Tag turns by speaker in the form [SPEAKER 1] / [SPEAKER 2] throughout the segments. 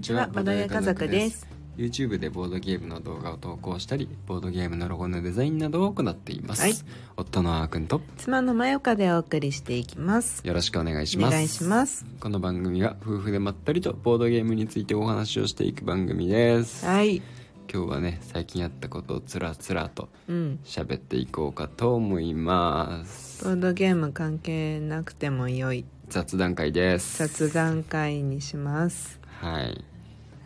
[SPEAKER 1] ちは
[SPEAKER 2] ボドゲ家族です。
[SPEAKER 1] YouTube でボードゲームの動画を投稿したり、ボードゲームのロゴのデザインなどを行っています。
[SPEAKER 2] はい
[SPEAKER 1] 夫のあーくんと
[SPEAKER 2] 妻のまよかでお送りしていきます。
[SPEAKER 1] よろしくお願いし
[SPEAKER 2] お
[SPEAKER 1] ます。
[SPEAKER 2] 願いします。
[SPEAKER 1] この番組は夫婦でまったりとボードゲームについてお話をしていく番組です。
[SPEAKER 2] はい。
[SPEAKER 1] 今日はね、最近やったことをつらつらと
[SPEAKER 2] うん。
[SPEAKER 1] 喋っていこうかと思います。
[SPEAKER 2] ボードゲーム関係なくても良い
[SPEAKER 1] 雑談会です。
[SPEAKER 2] 雑談会にします。
[SPEAKER 1] はい。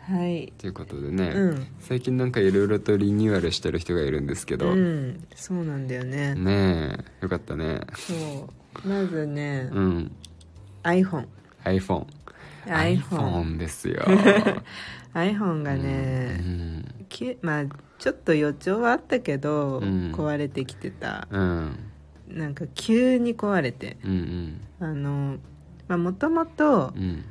[SPEAKER 2] はい。
[SPEAKER 1] ということでね、
[SPEAKER 2] うん
[SPEAKER 1] 最近なんかいろいろとリニューアルしてる人がいるんですけ
[SPEAKER 2] う
[SPEAKER 1] ど、
[SPEAKER 2] ん。そうなんだよね。
[SPEAKER 1] ねえよかったね
[SPEAKER 2] そう。まずね、
[SPEAKER 1] うん
[SPEAKER 2] iPhone。
[SPEAKER 1] iPhone
[SPEAKER 2] iPhone。
[SPEAKER 1] iPhone です よ
[SPEAKER 2] iPhone が
[SPEAKER 1] う
[SPEAKER 2] ね、
[SPEAKER 1] ん、
[SPEAKER 2] きまあ、ちょっと予兆はあったけど、
[SPEAKER 1] うん
[SPEAKER 2] 壊れてきてた。
[SPEAKER 1] うん、
[SPEAKER 2] なんか急に壊れて。
[SPEAKER 1] うんうん
[SPEAKER 2] あの、まあ、もともと
[SPEAKER 1] う、ん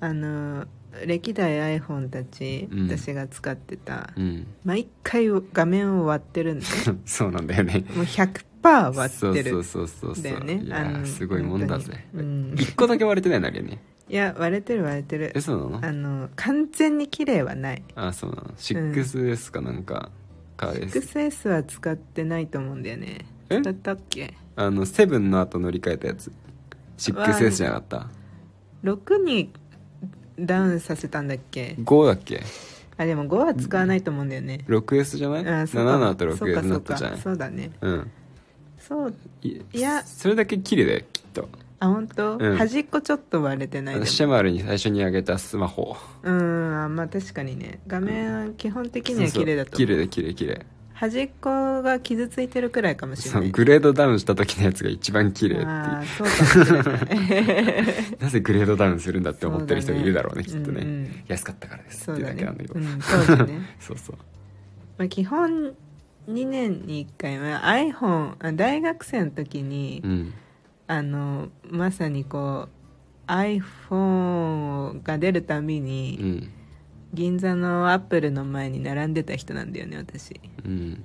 [SPEAKER 2] あの歴代 iPhone たち、
[SPEAKER 1] うん
[SPEAKER 2] 私が使ってた、
[SPEAKER 1] うん
[SPEAKER 2] 毎回画面を割ってるんだよ
[SPEAKER 1] そうなんだよね
[SPEAKER 2] もう100%割
[SPEAKER 1] そう
[SPEAKER 2] ってる
[SPEAKER 1] そうそうそうそう
[SPEAKER 2] だよね
[SPEAKER 1] い
[SPEAKER 2] あ
[SPEAKER 1] やー
[SPEAKER 2] の
[SPEAKER 1] すごいもんだぜ
[SPEAKER 2] 本当にうん
[SPEAKER 1] 一個だけ割れてないのあるよね
[SPEAKER 2] いや割れてる割れて
[SPEAKER 1] え
[SPEAKER 2] る
[SPEAKER 1] そうな
[SPEAKER 2] あ
[SPEAKER 1] の
[SPEAKER 2] の完全に綺麗はない
[SPEAKER 1] あそうなの 6S かなんかかです、
[SPEAKER 2] 6S は使ってないと思うんだよね
[SPEAKER 1] え
[SPEAKER 2] だったっけ
[SPEAKER 1] あの7の後乗り換えたやつ 6S じゃなかった
[SPEAKER 2] 6にダウンさせたんだっけ
[SPEAKER 1] 5だっけ
[SPEAKER 2] あでも5は使わないと思うんだよね、
[SPEAKER 1] 6S じゃな
[SPEAKER 2] う
[SPEAKER 1] い
[SPEAKER 2] ん、
[SPEAKER 1] ?7
[SPEAKER 2] そうか
[SPEAKER 1] の後
[SPEAKER 2] そうか
[SPEAKER 1] 6S に
[SPEAKER 2] そ
[SPEAKER 1] なっ
[SPEAKER 2] う
[SPEAKER 1] た
[SPEAKER 2] か
[SPEAKER 1] じゃない
[SPEAKER 2] そうだね
[SPEAKER 1] うん
[SPEAKER 2] そう
[SPEAKER 1] い
[SPEAKER 2] いや
[SPEAKER 1] それだけ綺麗だよきっと
[SPEAKER 2] あ本当、
[SPEAKER 1] うん
[SPEAKER 2] 端っこちょっと割れてない
[SPEAKER 1] あ
[SPEAKER 2] で
[SPEAKER 1] の
[SPEAKER 2] も
[SPEAKER 1] シェマルに最初にあげたスマホ
[SPEAKER 2] うーんまあ確かにね画面は基本的には綺麗だと
[SPEAKER 1] そうそう綺
[SPEAKER 2] 思う
[SPEAKER 1] 麗だ綺麗綺麗
[SPEAKER 2] 端っこが傷ついてるくらいかもしれ
[SPEAKER 1] そ
[SPEAKER 2] な
[SPEAKER 1] の
[SPEAKER 2] い
[SPEAKER 1] グレードダウンした時のやつが一番綺麗っていう
[SPEAKER 2] ああそうかもしれない
[SPEAKER 1] なぜグレードダウンするんだって思ってる人がいるだろうね
[SPEAKER 2] そ
[SPEAKER 1] きっとね、
[SPEAKER 2] うんうん
[SPEAKER 1] 安かったからです
[SPEAKER 2] そ
[SPEAKER 1] って
[SPEAKER 2] う
[SPEAKER 1] いうだ
[SPEAKER 2] だね
[SPEAKER 1] けなんだけど、
[SPEAKER 2] うんそうだね
[SPEAKER 1] そうそう
[SPEAKER 2] まあ基本2年に1回は iPhone あ大学生の時に、
[SPEAKER 1] うん
[SPEAKER 2] あのまさにこう iPhone が出るたびに、
[SPEAKER 1] うん
[SPEAKER 2] 銀座のアップルの前に並んでた人なんだよね私
[SPEAKER 1] うん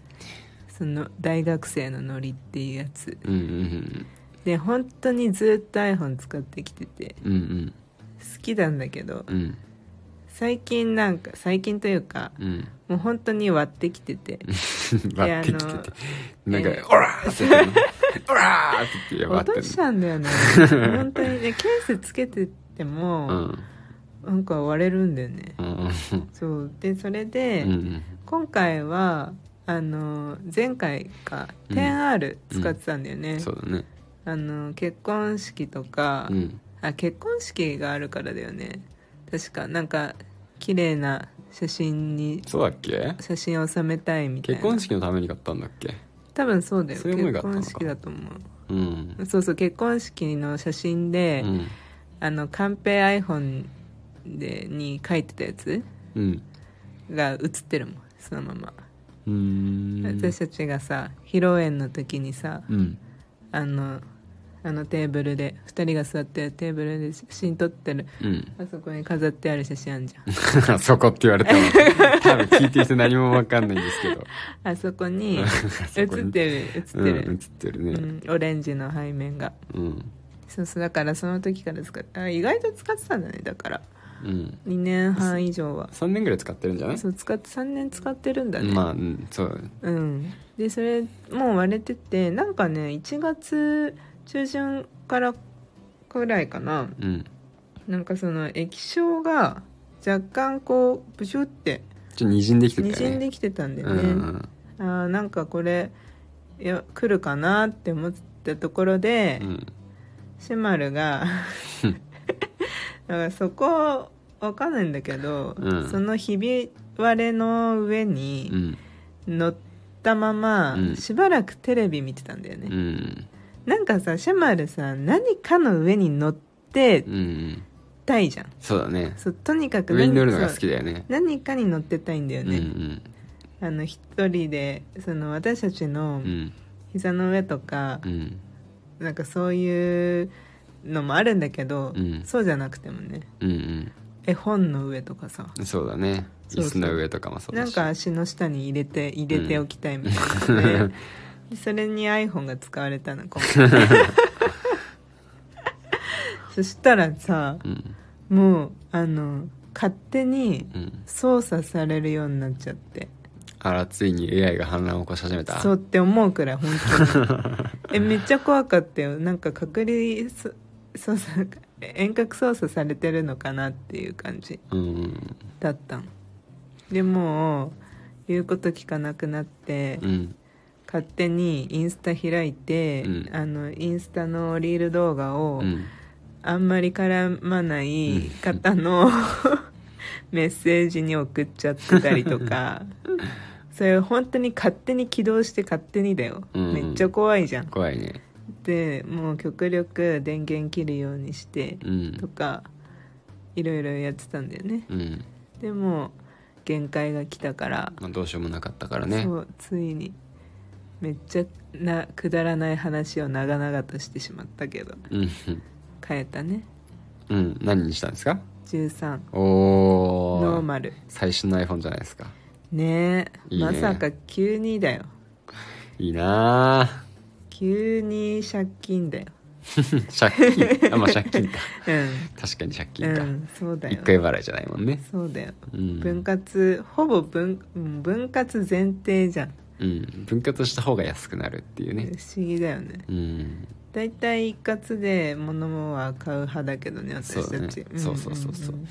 [SPEAKER 2] その大学生のノリっていうやつ
[SPEAKER 1] うんうん
[SPEAKER 2] で本当にずっと iPhone 使ってきてて
[SPEAKER 1] うんうん
[SPEAKER 2] 好きなんだけど
[SPEAKER 1] うんうん
[SPEAKER 2] 最近なんか最近というか
[SPEAKER 1] うん
[SPEAKER 2] もう本当に割ってきてて
[SPEAKER 1] 割ってきててなんか
[SPEAKER 2] え
[SPEAKER 1] 「オラー!」って言 ってんの「オラー!」って言って
[SPEAKER 2] 落
[SPEAKER 1] 割っ
[SPEAKER 2] と
[SPEAKER 1] て
[SPEAKER 2] し
[SPEAKER 1] ん
[SPEAKER 2] ち
[SPEAKER 1] の
[SPEAKER 2] ゃうんだよ ね本当にねケースつけてて
[SPEAKER 1] う
[SPEAKER 2] も、
[SPEAKER 1] ん
[SPEAKER 2] なんか割れるんだよね
[SPEAKER 1] うんうん
[SPEAKER 2] そうでそれで、
[SPEAKER 1] うん
[SPEAKER 2] 今回はあの前回か 10R 使ってたんだよね、
[SPEAKER 1] うんそうだね
[SPEAKER 2] あの結婚式とか、
[SPEAKER 1] うん
[SPEAKER 2] あ結婚式があるからだよね確かなんか綺麗な写真に
[SPEAKER 1] そうだっけ
[SPEAKER 2] 写真を収めたいみたい
[SPEAKER 1] 結
[SPEAKER 2] な
[SPEAKER 1] 婚式のために買ったんだっけ
[SPEAKER 2] 多分そうだよ
[SPEAKER 1] そういう思いがあ
[SPEAKER 2] 結
[SPEAKER 1] ったのか
[SPEAKER 2] 婚式だと思う
[SPEAKER 1] うん
[SPEAKER 2] そうそう結婚式の写真
[SPEAKER 1] う
[SPEAKER 2] で、
[SPEAKER 1] ん
[SPEAKER 2] あのカンペ iPhone でに書いてたやつ
[SPEAKER 1] うん
[SPEAKER 2] が写ってるもんそのまま、
[SPEAKER 1] うーん
[SPEAKER 2] 私たちがさ披露宴の時にさ
[SPEAKER 1] うん
[SPEAKER 2] あのあのテーブルで2人が座ってるテーブルで写真撮ってる
[SPEAKER 1] うん
[SPEAKER 2] あそこに飾ってある写真あんじゃん
[SPEAKER 1] そこって言われても多分聞いてる人何も分かんないんですけど
[SPEAKER 2] あそ こに
[SPEAKER 1] そ
[SPEAKER 2] 映っ
[SPEAKER 1] こ
[SPEAKER 2] て
[SPEAKER 1] に
[SPEAKER 2] る映って
[SPEAKER 1] うん、映っ
[SPEAKER 2] る、
[SPEAKER 1] てる
[SPEAKER 2] う
[SPEAKER 1] ね
[SPEAKER 2] ん、オレンジの背面が
[SPEAKER 1] うん
[SPEAKER 2] そうそうだからその時から使ってあ意外と使ってたんだねだから
[SPEAKER 1] うん
[SPEAKER 2] 2年半以上は
[SPEAKER 1] 3年ぐらい使ってるんじゃない
[SPEAKER 2] そう使って3年使ってるんだね、
[SPEAKER 1] まあうんそう
[SPEAKER 2] うんでそれもう割れててなんかね1月中旬からくらいかな
[SPEAKER 1] うん
[SPEAKER 2] なんかその液晶が若干こうブシュって
[SPEAKER 1] ちょっと滲んできてたよね
[SPEAKER 2] 滲んできてたんだよ
[SPEAKER 1] う
[SPEAKER 2] ね、
[SPEAKER 1] ん
[SPEAKER 2] あーなんかこれいや来るかなって思ったところで、
[SPEAKER 1] うん
[SPEAKER 2] シュマル がだからそこわかんないんだけど、
[SPEAKER 1] うん
[SPEAKER 2] そのひび割れの上
[SPEAKER 1] う
[SPEAKER 2] に
[SPEAKER 1] ん
[SPEAKER 2] 乗ったまま、
[SPEAKER 1] うん
[SPEAKER 2] しばらくテレビ見てたんだよ
[SPEAKER 1] う
[SPEAKER 2] ね、
[SPEAKER 1] ん
[SPEAKER 2] なんかさシュマルさ何かの上に乗って
[SPEAKER 1] うん
[SPEAKER 2] たいじゃん、
[SPEAKER 1] そうだね
[SPEAKER 2] そうとにかく
[SPEAKER 1] 上に乗るの
[SPEAKER 2] 何
[SPEAKER 1] が好きだよね
[SPEAKER 2] そう何かに乗ってたいんだよ
[SPEAKER 1] うんう
[SPEAKER 2] ね、
[SPEAKER 1] ん
[SPEAKER 2] あの一人でその私たちの
[SPEAKER 1] うん
[SPEAKER 2] 膝の上とか
[SPEAKER 1] う、ん
[SPEAKER 2] なんかそういうのもあるんだけど、
[SPEAKER 1] うん
[SPEAKER 2] そうじゃなくてもね
[SPEAKER 1] うん
[SPEAKER 2] 絵本の上とかさ
[SPEAKER 1] うんそうだね
[SPEAKER 2] そ
[SPEAKER 1] 椅
[SPEAKER 2] うそう
[SPEAKER 1] 子の上とかもそう
[SPEAKER 2] な
[SPEAKER 1] だ
[SPEAKER 2] ん
[SPEAKER 1] し
[SPEAKER 2] か足の下に入れて入れておきたいみたいな、ねでそれに iPhone が使われたの今 回そしたらさ
[SPEAKER 1] うん
[SPEAKER 2] もうあの勝手に
[SPEAKER 1] うん
[SPEAKER 2] 操作されるようになっちゃって
[SPEAKER 1] あらついに AI が反乱を起こし始めた
[SPEAKER 2] そうって思うくらい本当に えめっちゃ怖かったよなんか隔離そ操作遠隔操作されてるのかなっていう感じ
[SPEAKER 1] うん
[SPEAKER 2] だったんでもう言うこと聞かなくなって、
[SPEAKER 1] うん
[SPEAKER 2] 勝手にインスタ開いて、
[SPEAKER 1] うん
[SPEAKER 2] あのインスタのリール動画を、
[SPEAKER 1] うん
[SPEAKER 2] あんまり絡まない
[SPEAKER 1] うん
[SPEAKER 2] 方のメッセージに送っちゃってたり とかそれ本当に勝手に起動して勝手にだよ、
[SPEAKER 1] うん
[SPEAKER 2] めっちゃ怖いじゃん
[SPEAKER 1] 怖いね
[SPEAKER 2] でもう極力電源切るようにして
[SPEAKER 1] うん
[SPEAKER 2] とかいろいろやってたんだよね
[SPEAKER 1] うん、
[SPEAKER 2] でも限界が来たから、
[SPEAKER 1] まあ、どうしようもなかったからね
[SPEAKER 2] そうついにめっちゃなくだらない話を長々としてしまったけど
[SPEAKER 1] うん
[SPEAKER 2] 変えたね
[SPEAKER 1] うん何にしたんですか
[SPEAKER 2] 13
[SPEAKER 1] お
[SPEAKER 2] ノー
[SPEAKER 1] ー
[SPEAKER 2] マル
[SPEAKER 1] 最新の iPhone じゃないですか
[SPEAKER 2] ねえ
[SPEAKER 1] いいね
[SPEAKER 2] まさか急にだよ
[SPEAKER 1] いいなあ
[SPEAKER 2] 急に借金だよ
[SPEAKER 1] 借金あまあ借金か
[SPEAKER 2] う
[SPEAKER 1] 確かに借
[SPEAKER 2] ん、
[SPEAKER 1] 金
[SPEAKER 2] う
[SPEAKER 1] か、
[SPEAKER 2] ん、そうだ
[SPEAKER 1] 一
[SPEAKER 2] よ
[SPEAKER 1] 回払いじゃないもんね
[SPEAKER 2] そうだよ
[SPEAKER 1] うん
[SPEAKER 2] 分割ほぼ分うん分割前提じゃん、
[SPEAKER 1] うん、分割した方が安くなるっていう
[SPEAKER 2] 不
[SPEAKER 1] ね
[SPEAKER 2] 思議だよね
[SPEAKER 1] うん
[SPEAKER 2] だいたい一括で物は買う派だけどね
[SPEAKER 1] そう
[SPEAKER 2] 私
[SPEAKER 1] だね
[SPEAKER 2] たちん
[SPEAKER 1] そうそうそうそうん
[SPEAKER 2] ん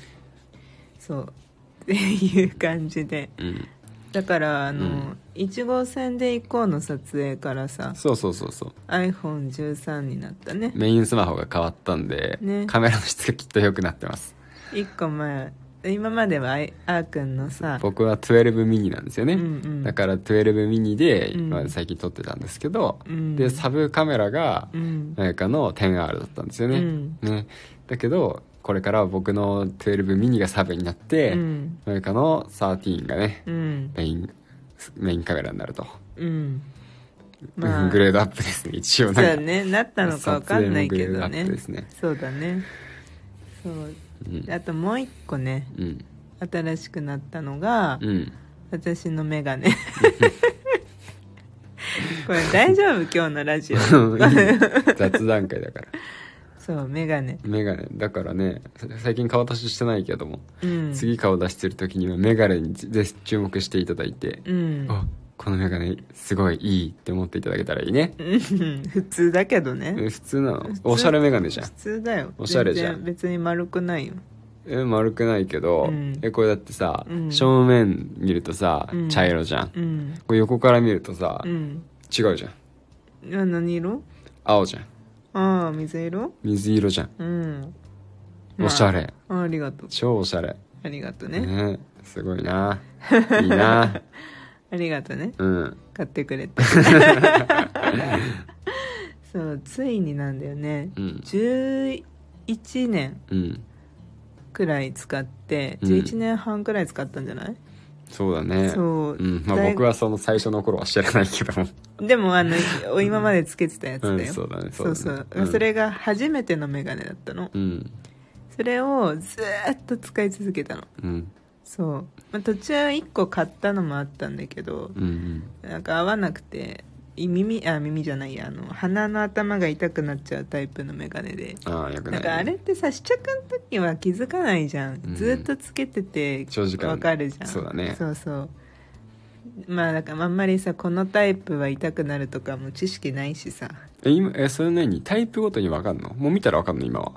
[SPEAKER 2] そう っていう感じで
[SPEAKER 1] うん
[SPEAKER 2] だからあの、
[SPEAKER 1] うん
[SPEAKER 2] 1号線で行こうの撮影からさ
[SPEAKER 1] そうそうそうそう
[SPEAKER 2] iPhone13 になったね
[SPEAKER 1] メインスマホが変わったんで、
[SPEAKER 2] ね
[SPEAKER 1] カメラの質がきっと良くなってます
[SPEAKER 2] 1個前今まではあいあーくんのさ
[SPEAKER 1] 僕は12ミニなんですよね、
[SPEAKER 2] うんうん
[SPEAKER 1] だから12ミニで
[SPEAKER 2] うん
[SPEAKER 1] まあ最近撮ってたんですけど、
[SPEAKER 2] うん
[SPEAKER 1] でサブカメラが
[SPEAKER 2] うん
[SPEAKER 1] 何かの 10R だったんですよね,、
[SPEAKER 2] うん
[SPEAKER 1] ねだけどこれからは僕の12ミニがサブになっ
[SPEAKER 2] う
[SPEAKER 1] て
[SPEAKER 2] ん
[SPEAKER 1] 何、かの13がね
[SPEAKER 2] うん
[SPEAKER 1] メインメインカメラになると、
[SPEAKER 2] うんま あ
[SPEAKER 1] グレードアップですね一応
[SPEAKER 2] そ
[SPEAKER 1] な
[SPEAKER 2] うだ
[SPEAKER 1] んか
[SPEAKER 2] ねなったのかわかんないけ
[SPEAKER 1] 撮影
[SPEAKER 2] ど
[SPEAKER 1] のグレードアッ
[SPEAKER 2] ね
[SPEAKER 1] プですね
[SPEAKER 2] そうだねそう
[SPEAKER 1] うん
[SPEAKER 2] あともう一個ね
[SPEAKER 1] うん
[SPEAKER 2] 新しくなったのが、
[SPEAKER 1] うん
[SPEAKER 2] 私の 眼鏡これ大丈夫今日のラ ジオ
[SPEAKER 1] 雑談会だから
[SPEAKER 2] そう眼鏡
[SPEAKER 1] メガネだからね最近顔出ししてないけども、
[SPEAKER 2] うん
[SPEAKER 1] 次顔出してる時にはメガネにぜひ注目していただいて、
[SPEAKER 2] うん
[SPEAKER 1] あこのメガネすごいいいって思っていただけたらいいね、
[SPEAKER 2] うん 普通だけどね
[SPEAKER 1] え普通なの
[SPEAKER 2] 普通
[SPEAKER 1] おしゃれメガネじゃん
[SPEAKER 2] 普通だよ
[SPEAKER 1] おしゃれじゃん
[SPEAKER 2] 全然別に丸くないよ
[SPEAKER 1] え丸くないけど、
[SPEAKER 2] うん
[SPEAKER 1] えこれだってさ、
[SPEAKER 2] うん
[SPEAKER 1] 正面見るとさ、
[SPEAKER 2] うん
[SPEAKER 1] 茶色じゃん
[SPEAKER 2] うん
[SPEAKER 1] これ横から見るとさ、
[SPEAKER 2] うん
[SPEAKER 1] 違うじゃん
[SPEAKER 2] あ何色
[SPEAKER 1] 青じゃん
[SPEAKER 2] ああ水色
[SPEAKER 1] 水色じゃん、
[SPEAKER 2] うん
[SPEAKER 1] おしゃれ
[SPEAKER 2] まあありがとう
[SPEAKER 1] 超おしゃれ
[SPEAKER 2] ありがとうね
[SPEAKER 1] ねすごいないい な
[SPEAKER 2] ありがとうね
[SPEAKER 1] うん
[SPEAKER 2] 買って くれてそうついになんだよね
[SPEAKER 1] うん
[SPEAKER 2] 11年
[SPEAKER 1] うん
[SPEAKER 2] くらい使って
[SPEAKER 1] うん
[SPEAKER 2] 11年半くらい使ったんじゃない、
[SPEAKER 1] そうだね
[SPEAKER 2] そう、
[SPEAKER 1] うんまあ、
[SPEAKER 2] 大
[SPEAKER 1] 僕はその最初の頃は知らないけども
[SPEAKER 2] でもあのお今までつけてたやつだよ、
[SPEAKER 1] うんそうだねそ
[SPEAKER 2] そ
[SPEAKER 1] だ
[SPEAKER 2] うう
[SPEAKER 1] ね
[SPEAKER 2] そ
[SPEAKER 1] う
[SPEAKER 2] う
[SPEAKER 1] ん
[SPEAKER 2] それが初めてのメガネだったの
[SPEAKER 1] うん
[SPEAKER 2] それをずーっと使い続けたの
[SPEAKER 1] うん
[SPEAKER 2] そう、まあ、途中1個買ったのもあったんだけど
[SPEAKER 1] うん
[SPEAKER 2] なんか合わなくてい耳あ耳じゃないやあの鼻の頭が痛くなっちゃうタイプのメガネで
[SPEAKER 1] ああよくな
[SPEAKER 2] ないんかあれってさ試着の時は気づかないじゃん、
[SPEAKER 1] うん
[SPEAKER 2] ずっとつけてて
[SPEAKER 1] 長時間
[SPEAKER 2] わかるじゃん
[SPEAKER 1] そうだね
[SPEAKER 2] そうそうまあだからあんまりさこのタイプは痛くなるとかも知識ないしさ
[SPEAKER 1] え今えそれ何タイプごとに分かんのもう見たら分かんの今は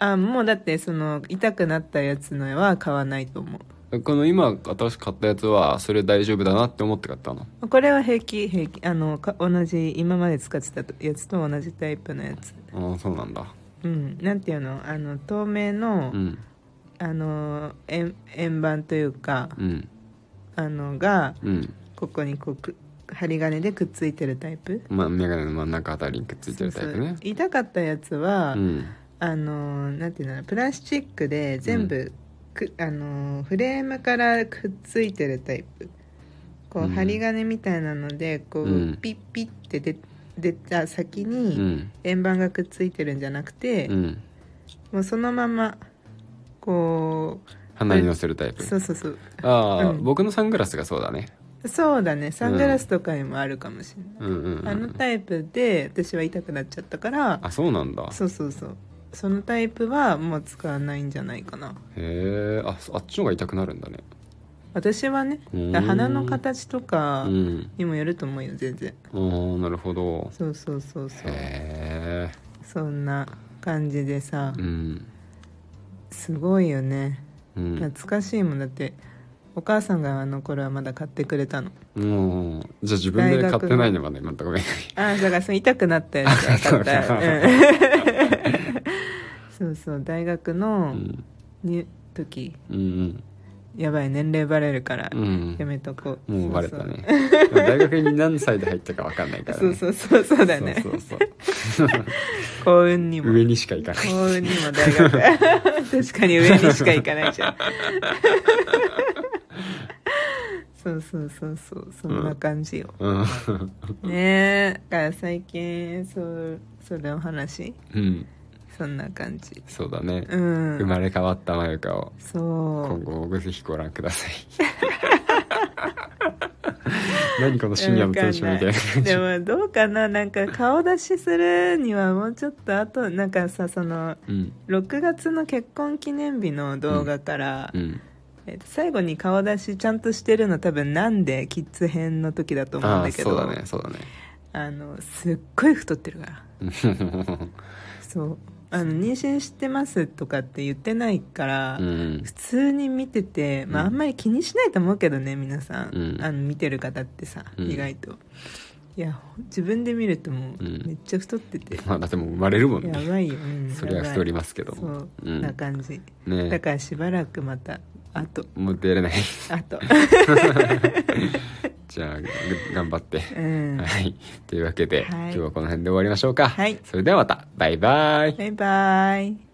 [SPEAKER 2] あもうだってその痛くなったやつのは買わないと思
[SPEAKER 1] この今新しく買ったやつはそれ大丈夫だなって思って買ったの
[SPEAKER 2] うこれは平気平気あのか同じ今まで使ってたやつと同じタイプのやつ
[SPEAKER 1] ああそうなんだ
[SPEAKER 2] うんなんていうのあの透明の、
[SPEAKER 1] うん
[SPEAKER 2] あの円円盤というか
[SPEAKER 1] うん
[SPEAKER 2] あのが
[SPEAKER 1] うん
[SPEAKER 2] ここにこうく針金でくっついてるタイプ
[SPEAKER 1] まあ眼鏡の真ん中あたりにくっついてるタイプ
[SPEAKER 2] そう
[SPEAKER 1] ね
[SPEAKER 2] そう痛かったやつは、
[SPEAKER 1] うん
[SPEAKER 2] あのなんていうのプラスチックで全部く、あのフレームからくっついてるタイプこう、
[SPEAKER 1] うん
[SPEAKER 2] 針金みたいなのでこう、
[SPEAKER 1] うん
[SPEAKER 2] ピッピッって出出た先
[SPEAKER 1] う
[SPEAKER 2] に
[SPEAKER 1] ん
[SPEAKER 2] 円盤がくっついてるんじゃなくて、
[SPEAKER 1] うん
[SPEAKER 2] もうそのままこ
[SPEAKER 1] 鼻にのせるタイ
[SPEAKER 2] う
[SPEAKER 1] プ
[SPEAKER 2] そうそうそう
[SPEAKER 1] ああ
[SPEAKER 2] うん
[SPEAKER 1] 僕のサングラスがそうだね
[SPEAKER 2] そうだねサングラスとかにもあるかもしれない、
[SPEAKER 1] うんうんう
[SPEAKER 2] あの
[SPEAKER 1] ん
[SPEAKER 2] タイプで私は痛くなっちゃったから
[SPEAKER 1] あそうなんだ
[SPEAKER 2] そうそうそうそのタイプはもう使わないんじゃないかな
[SPEAKER 1] へえあそあっちの方が痛くなるんだね
[SPEAKER 2] 私はね
[SPEAKER 1] うーん
[SPEAKER 2] だから鼻の形と
[SPEAKER 1] う
[SPEAKER 2] か
[SPEAKER 1] ん
[SPEAKER 2] にもよると思うよ全然
[SPEAKER 1] あーなるほど
[SPEAKER 2] そうそうそうそう
[SPEAKER 1] へえ
[SPEAKER 2] そんな感じでさ
[SPEAKER 1] うん
[SPEAKER 2] すごいよね
[SPEAKER 1] うん
[SPEAKER 2] 懐かしいもんだってお母さんがあの頃はまだ買ってくれたの
[SPEAKER 1] もうじゃあ自分で買ってないのがねまたごめん
[SPEAKER 2] ああだからその痛くなったやつが買 っ
[SPEAKER 1] そうか
[SPEAKER 2] たうんそうそう大学
[SPEAKER 1] う
[SPEAKER 2] の
[SPEAKER 1] ん
[SPEAKER 2] に時
[SPEAKER 1] うん
[SPEAKER 2] やばい年齢バレるから
[SPEAKER 1] うん
[SPEAKER 2] やめとこう、
[SPEAKER 1] もうバレたねでも大学に何歳で入ったか分かんないからね
[SPEAKER 2] そうそうそうそうそうだよね
[SPEAKER 1] そうそう
[SPEAKER 2] 幸運に
[SPEAKER 1] そう
[SPEAKER 2] も
[SPEAKER 1] 上にしか行かない
[SPEAKER 2] 幸運にも大 学確かに上にしか行かないじゃんそうそうそうそうそんな感じよ、
[SPEAKER 1] うん
[SPEAKER 2] ねえだから最近そうそれお話
[SPEAKER 1] うん
[SPEAKER 2] そんな感じ
[SPEAKER 1] そうだね
[SPEAKER 2] う
[SPEAKER 1] 生
[SPEAKER 2] ん
[SPEAKER 1] まれ変わったまゆかを今
[SPEAKER 2] そ
[SPEAKER 1] 後もぜひご覧ください 何この深夜のテンションみたいな
[SPEAKER 2] うでもどうかななんか顔出しするにはもうちょっとあとなんかさその
[SPEAKER 1] うん
[SPEAKER 2] 6月の結婚記念日の動画から、
[SPEAKER 1] うん
[SPEAKER 2] えっと最後に顔出しちゃんとしてるの多分なんでキッズ編の時だと思うん
[SPEAKER 1] あ
[SPEAKER 2] だ
[SPEAKER 1] あ
[SPEAKER 2] け
[SPEAKER 1] そうだ
[SPEAKER 2] ど
[SPEAKER 1] ねそうだね
[SPEAKER 2] あのすっごい太ってるからそうあの妊娠してますとかって言ってないから、
[SPEAKER 1] うん
[SPEAKER 2] 普通に見てて、まあ、
[SPEAKER 1] うん
[SPEAKER 2] あんまり気にしないと思うけどね皆さん、
[SPEAKER 1] うん
[SPEAKER 2] あの見てる方ってさ、
[SPEAKER 1] うん
[SPEAKER 2] 意外といや自分で見るともう
[SPEAKER 1] うん
[SPEAKER 2] めっちゃ太ってて、
[SPEAKER 1] まあだってもう生まれるもん
[SPEAKER 2] や
[SPEAKER 1] ね
[SPEAKER 2] ばいよ、うん、
[SPEAKER 1] そり
[SPEAKER 2] や
[SPEAKER 1] ゃ
[SPEAKER 2] ばい
[SPEAKER 1] 太りますけど
[SPEAKER 2] そ
[SPEAKER 1] も
[SPEAKER 2] う、
[SPEAKER 1] うん
[SPEAKER 2] な感じだ
[SPEAKER 1] ね
[SPEAKER 2] からしばらくまたあと
[SPEAKER 1] もう出れない
[SPEAKER 2] あと
[SPEAKER 1] じゃあぐ頑張って
[SPEAKER 2] うん
[SPEAKER 1] はいというわけで
[SPEAKER 2] はい
[SPEAKER 1] 今日はこの辺で終わりましょうか
[SPEAKER 2] はい
[SPEAKER 1] それではまたバイバイ
[SPEAKER 2] バイバイ